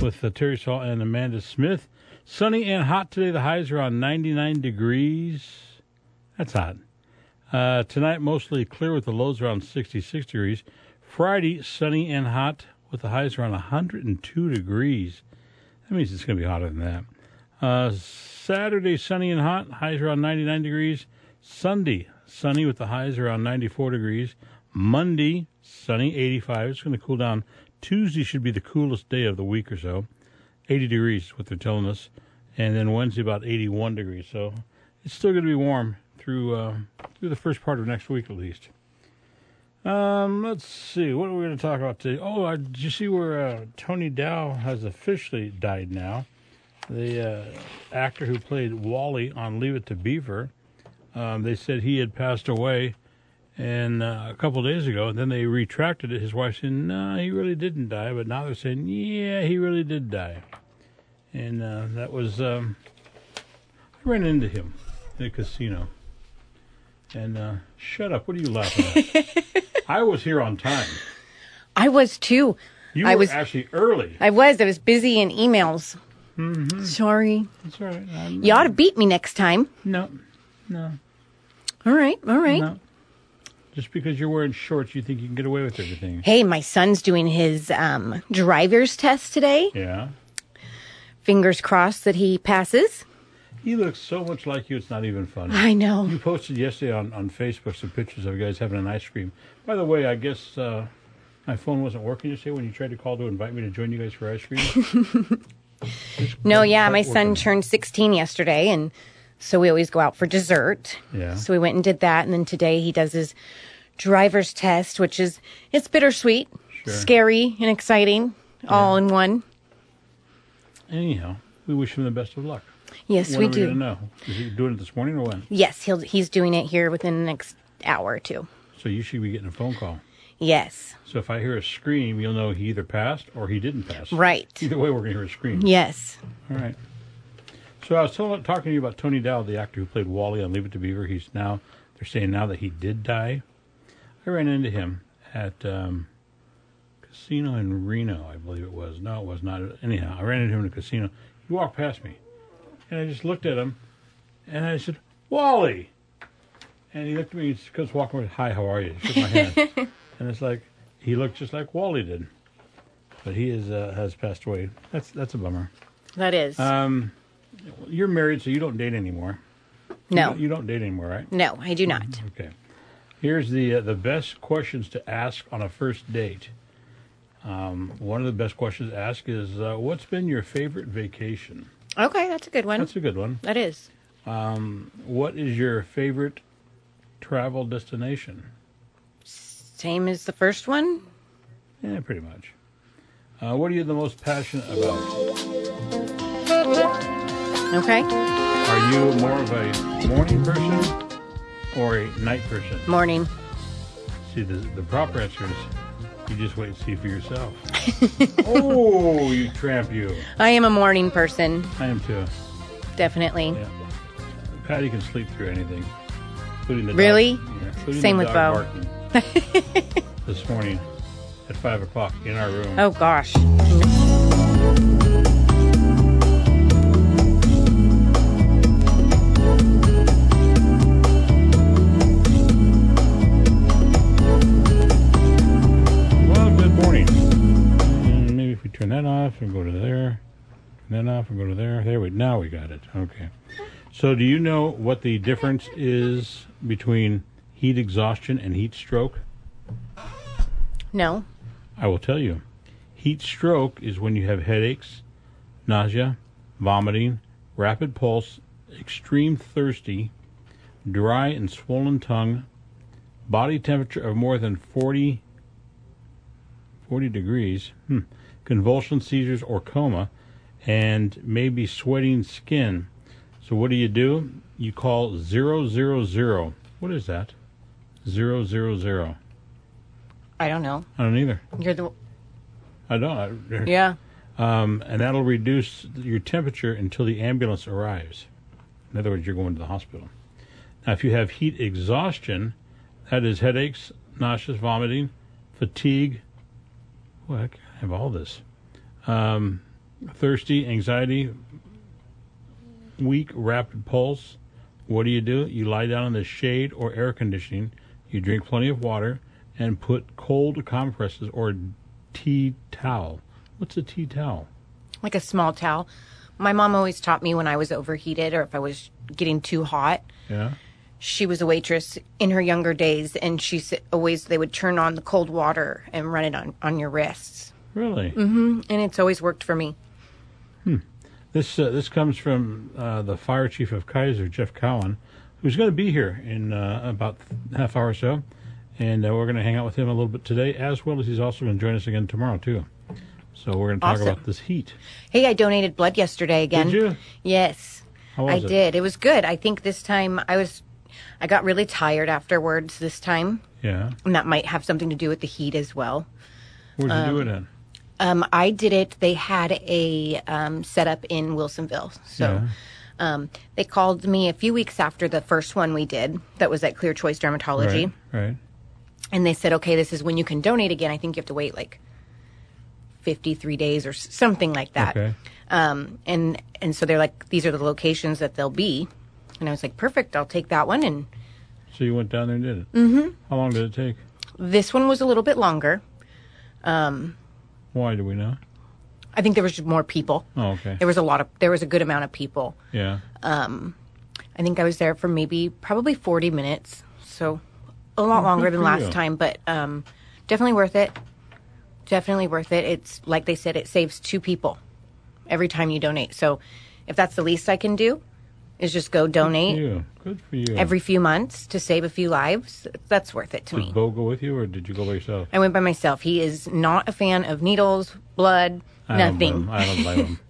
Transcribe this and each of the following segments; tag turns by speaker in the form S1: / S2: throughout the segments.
S1: with uh, Terry Saul and Amanda Smith. Sunny and hot today. The highs are on 99 degrees. That's hot. Uh, tonight, mostly clear with the lows around 66 degrees. Friday, sunny and hot with the highs around 102 degrees. That means it's going to be hotter than that. Uh, Saturday, sunny and hot, highs around 99 degrees. Sunday, sunny with the highs around 94 degrees. Monday, sunny, 85. It's going to cool down. Tuesday should be the coolest day of the week or so. 80 degrees, is what they're telling us. And then Wednesday, about 81 degrees. So it's still going to be warm through uh, through the first part of next week at least. Um, let's see. What are we going to talk about today? Oh, uh, did you see where uh, Tony Dow has officially died now? The uh, actor who played Wally on Leave It to Beaver. Um, they said he had passed away and uh, a couple days ago, and then they retracted it. His wife said, "No, he really didn't die," but now they're saying, "Yeah, he really did die." And uh, that was um, I ran into him in a casino. And uh, shut up! What are you laughing at? I was here on time.
S2: I was too.
S1: You
S2: I
S1: were
S2: was-
S1: actually early.
S2: I was. I was busy in emails.
S1: Mm-hmm.
S2: Sorry.
S1: That's all right. I'm-
S2: You ought to beat me next time.
S1: no, no,
S2: All right. All right.
S1: no. Just because you're wearing shorts, you think you can get away with everything.
S2: Hey, my son's doing his um, driver's test today.
S1: Yeah.
S2: Fingers crossed that he passes.
S1: He looks so much like you, it's not even funny.
S2: I know.
S1: You posted yesterday on, on Facebook some pictures of you guys having an ice cream. By the way, I guess uh, my phone wasn't working yesterday when you tried to call to invite me to join you guys for ice cream.
S2: No, yeah, my
S1: Quite working.
S2: son turned 16 yesterday, and so we always go out for dessert.
S1: Yeah.
S2: So we went and did that, and then today he does his driver's test, which is it's bittersweet,
S1: Sure.
S2: scary, and exciting, all in one.
S1: Anyhow, we wish him the best of luck.
S2: Yes,
S1: When
S2: we
S1: are we
S2: do.
S1: gonna know? Is he doing it this morning or when?
S2: Yes, he'll he's doing it here within the next hour or two.
S1: So you should be getting a phone call.
S2: Yes.
S1: So if I hear a scream, you'll know he either passed or he didn't pass.
S2: Right.
S1: Either way, we're going to hear a scream.
S2: Yes.
S1: All right. So I was tell- talking to you about Tony Dow, the actor who played Wally on Leave It to Beaver. He's now they're saying now that he did die. I ran into him at um, casino in Reno, I believe it was. No, it was not. Anyhow, I ran into him in a casino. He walked past me, and I just looked at him, and I said, "Wally," and he looked at me. He just comes walking over. Hi, how are you? Shook my hand, and it's like he looked just like Wally did, but he is uh, has passed away. That's that's a bummer.
S2: That is.
S1: Um, you're married, so you don't date anymore.
S2: no.
S1: You, you don't date anymore, right?
S2: no, I do not.
S1: Okay. Here's the uh, the best questions to ask on a first date. Um, one of the best questions to ask is, uh, "What's been your favorite vacation?"
S2: Okay, that's a good one.
S1: That's a good one.
S2: That is.
S1: What is your favorite travel destination?
S2: Same as the first one.
S1: Yeah, pretty much. Uh, what are you the most passionate about?
S2: Okay.
S1: Are you more of a morning person or a night person?
S2: Morning.
S1: See, the, the proper answer is you just wait and see for yourself. oh, you tramp, you.
S2: I am a morning person,
S1: I am too.
S2: definitely.
S1: Yeah. Patty can sleep through anything, including the dog-
S2: Really?
S1: yeah, including
S2: Same
S1: the
S2: with
S1: dog barking this morning at 5 o'clock in our room.
S2: Oh gosh.
S1: Well, good morning. And maybe if we turn that off and go to there, turn that off and go to there. There we now we got it. Okay. So, do you know what the difference is between heat exhaustion and heat stroke?
S2: No.
S1: I will tell you. Heat stroke is when you have headaches, nausea, vomiting, rapid pulse, extreme thirsty, dry and swollen tongue, body temperature of more than 40, 40 degrees, hmm, convulsion, seizures, or coma, and maybe sweating skin. So, what do you do? You call 000. What is that? 000.
S2: I don't know.
S1: I don't either.
S2: You're the
S1: I don't. I,
S2: Yeah.
S1: um, and that'll reduce your temperature until the ambulance arrives. In other words, you're going to the hospital. Now, if you have heat exhaustion, that is headaches, nauseous, vomiting, fatigue. Well, I have all this. Um, thirsty, anxiety, weak, rapid pulse. What do you do? You lie down in the shade or air conditioning. You drink plenty of water and put cold compresses or tea towel. What's a tea towel?
S2: like a small towel. My mom always taught me when I was overheated or if I was getting too hot.
S1: Yeah.
S2: She was a waitress in her younger days, and she s- always they would turn on the cold water and run it on on your wrists,
S1: Really?
S2: and it's always worked for me.
S1: This uh, this comes from uh, the fire chief of Kaiser, Jeff Cowan, who's going to be here in uh, about a half hour or so, and uh, we're going to hang out with him a little bit today, as well as he's also going to join us again tomorrow too. So we're going to talk
S2: Awesome.
S1: about this heat.
S2: Hey, I donated blood yesterday again.
S1: Did you?
S2: Yes,
S1: How was
S2: I
S1: it?
S2: did. It was good. I think this time I was, I got really tired afterwards. This time,
S1: Yeah.
S2: and that might have something to do with the heat as well.
S1: Where'd you do it in?
S2: Um, I did it. They had a um, setup in Wilsonville, so
S1: Yeah.
S2: um, they called me a few weeks after the first one we did. That was at Clear Choice Dermatology,
S1: Right. Right.
S2: and they said, "Okay, this is when you can donate again." I think you have to wait like fifty-three days or s- something like that.
S1: Okay.
S2: Um, and and so they're like, "These are the locations that they'll be," and I was like, "Perfect, I'll take that one." And
S1: So you went down there and did it. Mm-hmm. How long did it take?
S2: this one was a little bit longer.
S1: Why do we know?
S2: I think there was just more people.
S1: Oh, okay.
S2: There was a lot of there was a good amount of people.
S1: Yeah.
S2: uh, I think I was there for maybe probably 40 minutes, so a lot longer than
S1: Oh, for
S2: last
S1: you.
S2: time, but um, definitely worth it. Definitely worth it. It's like they said, it saves two people every time you donate. So if that's the least I can do, is just go donate
S1: you. Good for you.
S2: every few months to save a few lives. That's worth it to
S1: did
S2: me.
S1: Bo go with you, or did you go by yourself?
S2: I went by myself. He is not a fan of needles, blood,
S1: I don't blame him.
S2: nothing.
S1: I don't blame him.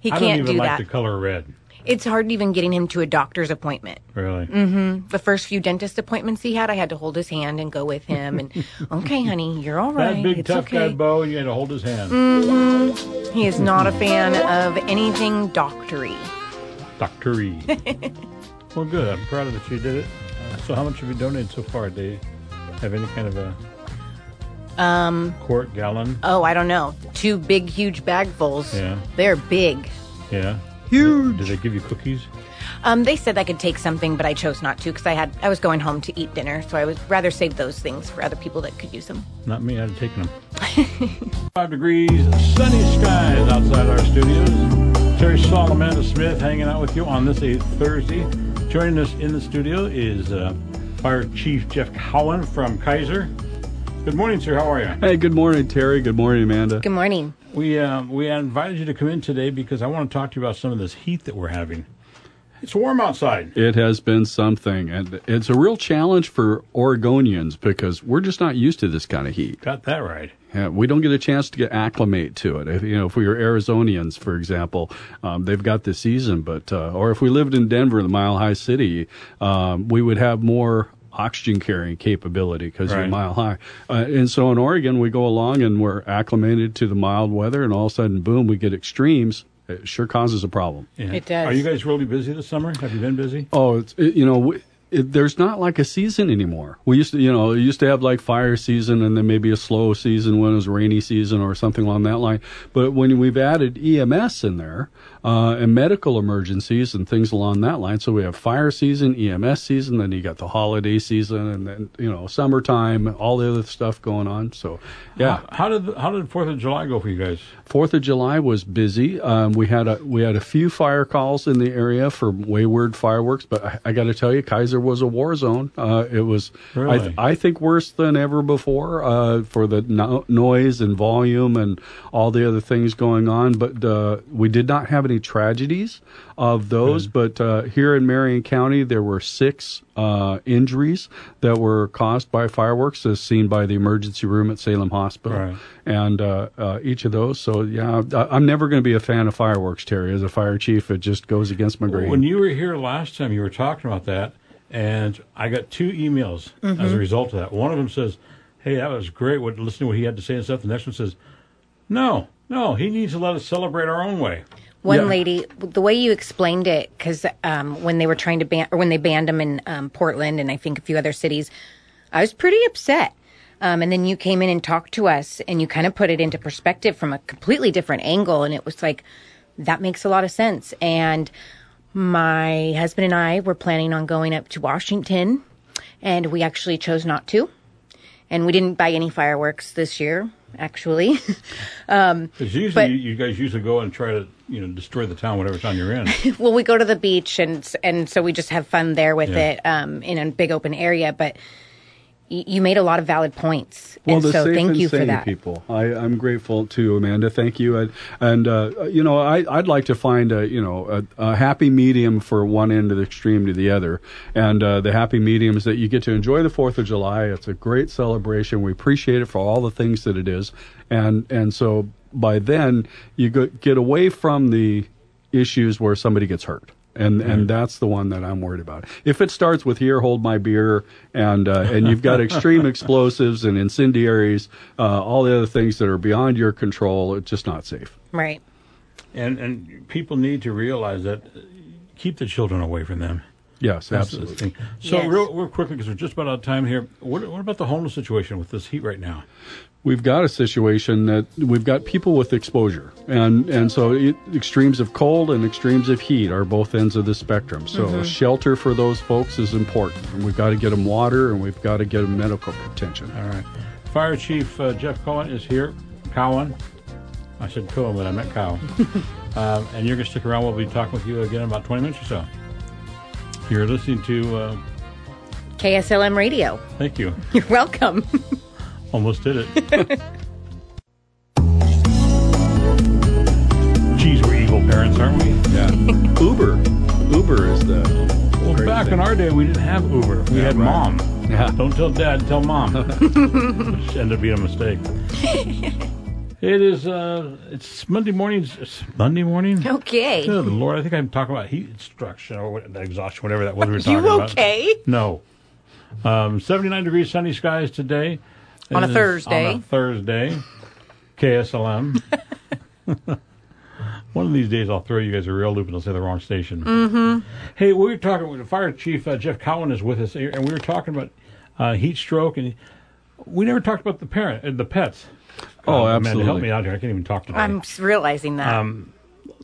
S2: He
S1: I
S2: can't
S1: don't even
S2: do
S1: like
S2: that.
S1: the color red.
S2: It's hard even getting him to a doctor's appointment.
S1: Really.
S2: the first few dentist appointments he had, I had to hold his hand and go with him. And okay, honey, you're all right.
S1: That big
S2: it's
S1: tough guy
S2: okay. Mm.
S1: Bo, you had to hold his hand.
S2: He is not a fan of anything doctory.
S1: Doctor E. well, good. I'm proud that you did it. Uh, so, how much have you donated so far? Do you have any kind of a um quart gallon?
S2: Oh, I don't know. Two big, huge bagfuls.
S1: Yeah.
S2: They're big.
S1: Yeah, huge. Do they give you cookies?
S2: Um, they said I could take something, but I chose not to because I had I was going home to eat dinner, so I would rather save those things for other people that could use them.
S1: Not me. I'd have taken them. Five degrees, sunny skies outside our studios. Terry Saul, Amanda Smith, hanging out with you on this eighth Thursday. Joining us in the studio is uh, Fire Chief Jeff Cowan from Kaiser. Good morning, sir. How are you?
S3: Hey, good morning, Terry. Good morning, Amanda.
S2: Good morning.
S1: We um, we invited you to come in today because I want to talk to you about some of this heat that we're having. It's warm outside.
S3: It has been something, and it's a real challenge for Oregonians because we're just not used to this kind of heat.
S1: Got that right.
S3: Yeah, we don't get a chance to get acclimate to it. If, you know, if we were Arizonians, for example, um, they've got the season, but uh, or if we lived in Denver, the Mile High City, um, we would have more oxygen carrying capability because
S1: Right.
S3: you're mile high. Uh, and so in Oregon, we go along and we're acclimated to the mild weather, and all of a sudden, boom, we get extremes. It sure causes a problem.
S1: Yeah.
S2: It does.
S1: Are you guys really busy this summer? Have you been busy?
S3: Oh, it's it, you know, we, it, there's not like a season anymore. We used to, you know, you used to have like fire season and then maybe a slow season when it was rainy season or something along that line. But when we've added EMS in there uh, and medical emergencies and things along that line, so we have fire season, EMS season, then you got the holiday season, and then you know summertime, all the other stuff going on. So yeah,
S1: How, how did how did Fourth of July go for you guys?
S3: Fourth of July was busy. Um, we had a we had a few fire calls in the area for wayward fireworks, but I, I got to tell you, Kaiser was a war zone. Uh, it was I,
S1: Really?
S3: th- I think worse than ever before uh, for the no- noise and volume and all the other things going on. But uh, we did not have any tragedies of those.
S1: Hmm.
S3: But uh, here in Marion County, there were six uh, injuries that were caused by fireworks, as seen by the emergency room at Salem Hospital
S1: Right.
S3: and uh, uh, each of those. So yeah, I, I'm never going to be a fan of fireworks, Terry. As a fire chief, it just goes against my grain.
S1: When you were here last time, you were talking about that, and I got two emails
S2: Mm-hmm.
S1: as a result of that. One of them says, "Hey, that was great. What listening to what he had to say and stuff." The next one says, "No, no, he needs to let us celebrate our own way."
S2: One
S3: Yeah.
S2: lady, the way you explained it, because um, when they were trying to ban, or when they banned them in um, Portland and I think a few other cities, I was pretty upset. Um, and then you came in and talked to us and you kind of put it into perspective from a completely different angle. And it was like, that makes a lot of sense. And my husband and I were planning on going up to Washington and we actually chose not to. And we didn't buy any fireworks this year, actually.
S1: Because usually
S2: But-
S1: you, you guys usually go and try to you know destroy the town whatever town you're in.
S2: well, we go to the beach and and so we just have fun there with
S1: Yeah.
S2: it um, in a big open area. But y- you made a lot of valid points,
S3: Well,
S2: and
S3: the
S2: so
S3: safe
S2: thank
S3: and
S2: you for
S3: sane
S2: that.
S3: people. I, I'm grateful to Amanda. Thank you, and, and uh, you know, I, I'd like to find a you know a, a happy medium for one end of the extreme to the other, and uh, the happy medium is that you get to enjoy the Fourth of July. It's a great celebration. We appreciate it for all the things that it is, and and so by then you go, get away from the issues where somebody gets hurt. And and that's the one that I'm worried about. If it starts with here, hold my beer, and uh, and you've got extreme explosives and incendiaries, uh, all the other things that are beyond your control, it's just not safe.
S2: Right.
S1: and and people need to realize that uh, keep the children away from them.
S3: Yes,
S1: That's the
S3: absolutely.
S1: thing. So
S2: Yes.
S1: real, real quickly because we're just about out of time here. What what about the homeless situation with this heat right now?
S3: We've got a situation that we've got people with exposure, and and so it, extremes of cold and extremes of heat are both ends of the spectrum. So shelter for those folks is important. And we've got to get them water, and we've got to get them medical attention.
S1: All right, Fire Chief uh, Jeff Cohen is here. Cowan, I said Cohen, but I meant Cow. um, and you're going to stick around. We'll be talking with you again in about 20 minutes or so. You're listening to. Uh,
S2: KSLM Radio.
S1: thank you.
S2: You're welcome.
S1: Almost did it. Geez, we're evil parents, aren't we?
S3: Yeah, Uber, Uber is the
S1: Well,
S3: Great
S1: back
S3: thing.
S1: in our day, we didn't have Uber. We
S3: Yeah,
S1: had
S3: right.
S1: mom.
S3: Yeah.
S1: Don't tell dad, tell mom. Which ended up being a mistake. it is. Uh, it's Monday mornings. It's Monday morning.
S2: okay.
S1: Good lord! I think I'm talking about heat instruction or what, exhaustion, whatever that was we were talking
S2: You
S1: about.
S2: okay?
S1: No. Um, 79 degrees, sunny skies today.
S2: On a
S1: It is
S2: Thursday.
S1: On a Thursday. KSLM. One of these days, I'll throw you guys a real loop and I'll say the wrong station. Mm-hmm. Hey, we were talking with the fire chief uh, Jeff Cowan is with us, here, and we were talking about uh, heat stroke, and we never talked about the parent, uh, the pets. Um,
S3: Oh,
S1: Amanda, help
S3: absolutely.
S1: me out here. I can't even talk today.
S2: I'm s- realizing that.
S3: Um,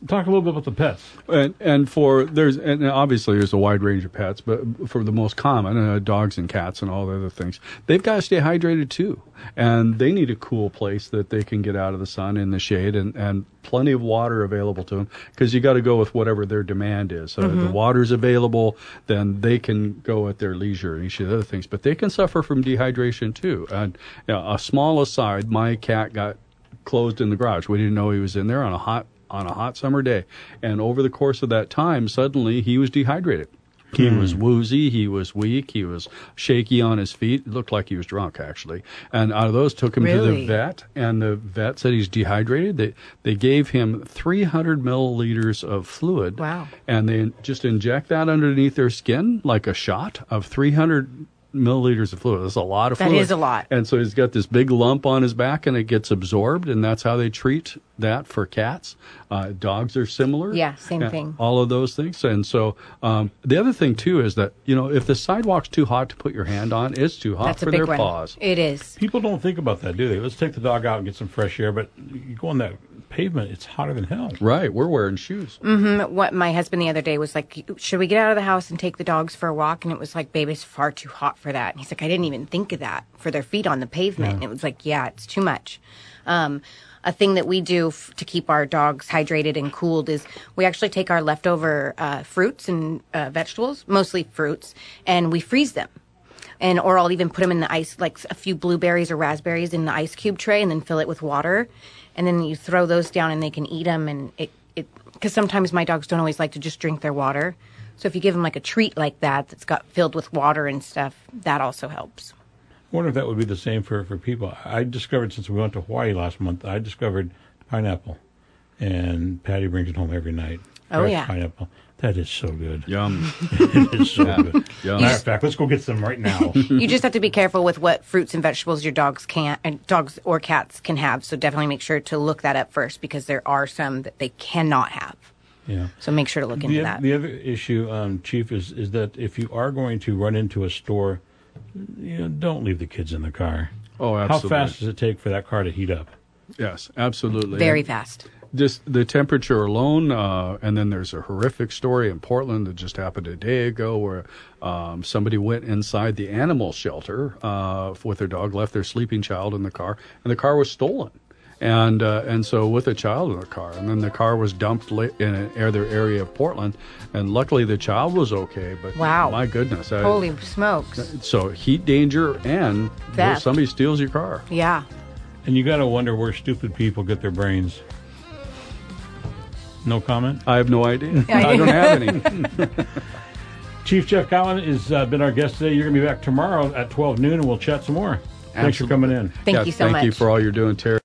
S1: talk a little bit about the pets.
S3: And, and for there's and obviously there's a wide range of pets, but for the most common, uh, dogs and cats and all the other things, they've got to stay hydrated too, and they need a cool place that they can get out of the sun in the shade and, and plenty of water available to them because you got to go with whatever their demand is. So if the water's available, then they can go at their leisure and each of the other things, but they can suffer from dehydration too. And you know, a small aside, my cat got closed in the garage. We didn't know he was in there on a hot on a hot summer day. And over the course of that time, suddenly he was dehydrated. He was woozy, he was weak, he was shaky on his feet. It looked like he was drunk actually. And out of those took him to the
S2: Really?
S3: vet and the vet said he's dehydrated. They they gave him 300 milliliters of fluid.
S2: Wow.
S3: And they just inject that underneath their skin like a shot of 300 milliliters of fluid. That's a lot of
S2: That
S3: fluid.
S2: is a lot.
S3: And so he's got this big lump on his back and it gets absorbed, and that's how they treat that for cats. Uh, dogs are similar.
S2: Yeah, same
S3: and
S2: thing.
S3: All of those things. And so um, the other thing, too, is that, you know, if the sidewalk's too hot to put your hand on, it's too hot
S2: That's a
S3: for
S2: big
S3: their
S2: one.
S3: paws.
S2: It is.
S1: People don't think about that, do they? Let's take the dog out and get some fresh air, but you go on that pavement, it's hotter than hell.
S3: Right, we're wearing shoes.
S2: Mm, What my husband the other day was like, should we get out of the house and take the dogs for a walk? And it was like, babe, it's far too hot for that. And he's like, I didn't even think of that for their feet on the pavement. And it was like, yeah, it's too much. Um, a thing that we do f- to keep our dogs hydrated and cooled is we actually take our leftover uh, fruits and uh, vegetables, mostly fruits, and we freeze them. and or I'll even put them in the ice, like a few blueberries or raspberries in the ice cube tray, and then fill it with water, and then you throw those down, and they can eat them. And it it because sometimes my dogs don't always like to just drink their water, so if you give them like a treat like that that's got filled with water and stuff, that also helps.
S1: I wonder if that would be the same for, for people. I discovered since we went to Hawaii last month, I discovered pineapple, and Patty brings it home every night.
S2: Oh,
S1: Fresh
S2: yeah.
S1: pineapple. That is so good.
S3: Yum.
S1: It is so good.
S3: Yeah.
S1: Matter of fact, let's go get some right now.
S2: you just have to be careful with what fruits and vegetables your dogs can and dogs or cats can have. So definitely make sure to look that up first because there are some that they cannot have.
S1: yeah.
S2: So make sure to look into
S1: The,
S2: that.
S1: the other issue, um, Chief, is is that if you are going to run into a store, you know, don't leave the kids in the car.
S3: Oh,
S1: How
S3: absolutely.
S1: fast does it take for that car to heat up?
S3: Yes, absolutely.
S2: Very
S3: And
S2: fast.
S3: Just the temperature alone, uh, and then there's a horrific story in Portland that just happened a day ago where um, somebody went inside the animal shelter uh, with their dog, left their sleeping child in the car, and the car was stolen. And uh, and so with a child in the car, and then the car was dumped li- in an other area of Portland, and luckily the child was okay. But
S2: Wow.
S3: my goodness, I-
S2: Holy smokes.
S3: So heat danger and
S2: Theft.
S3: somebody steals your car.
S2: Yeah.
S1: And you got to wonder where stupid people get their brains. No comment?
S3: I have no idea. I don't have any.
S1: Chief Jeff Collin has uh, been our guest today. You're going to be back tomorrow at 12 noon, and we'll chat some more. Thanks for
S3: Absolutely.
S1: coming in.
S2: Thank you so
S3: thank
S2: much.
S3: you for all you're doing, Terry.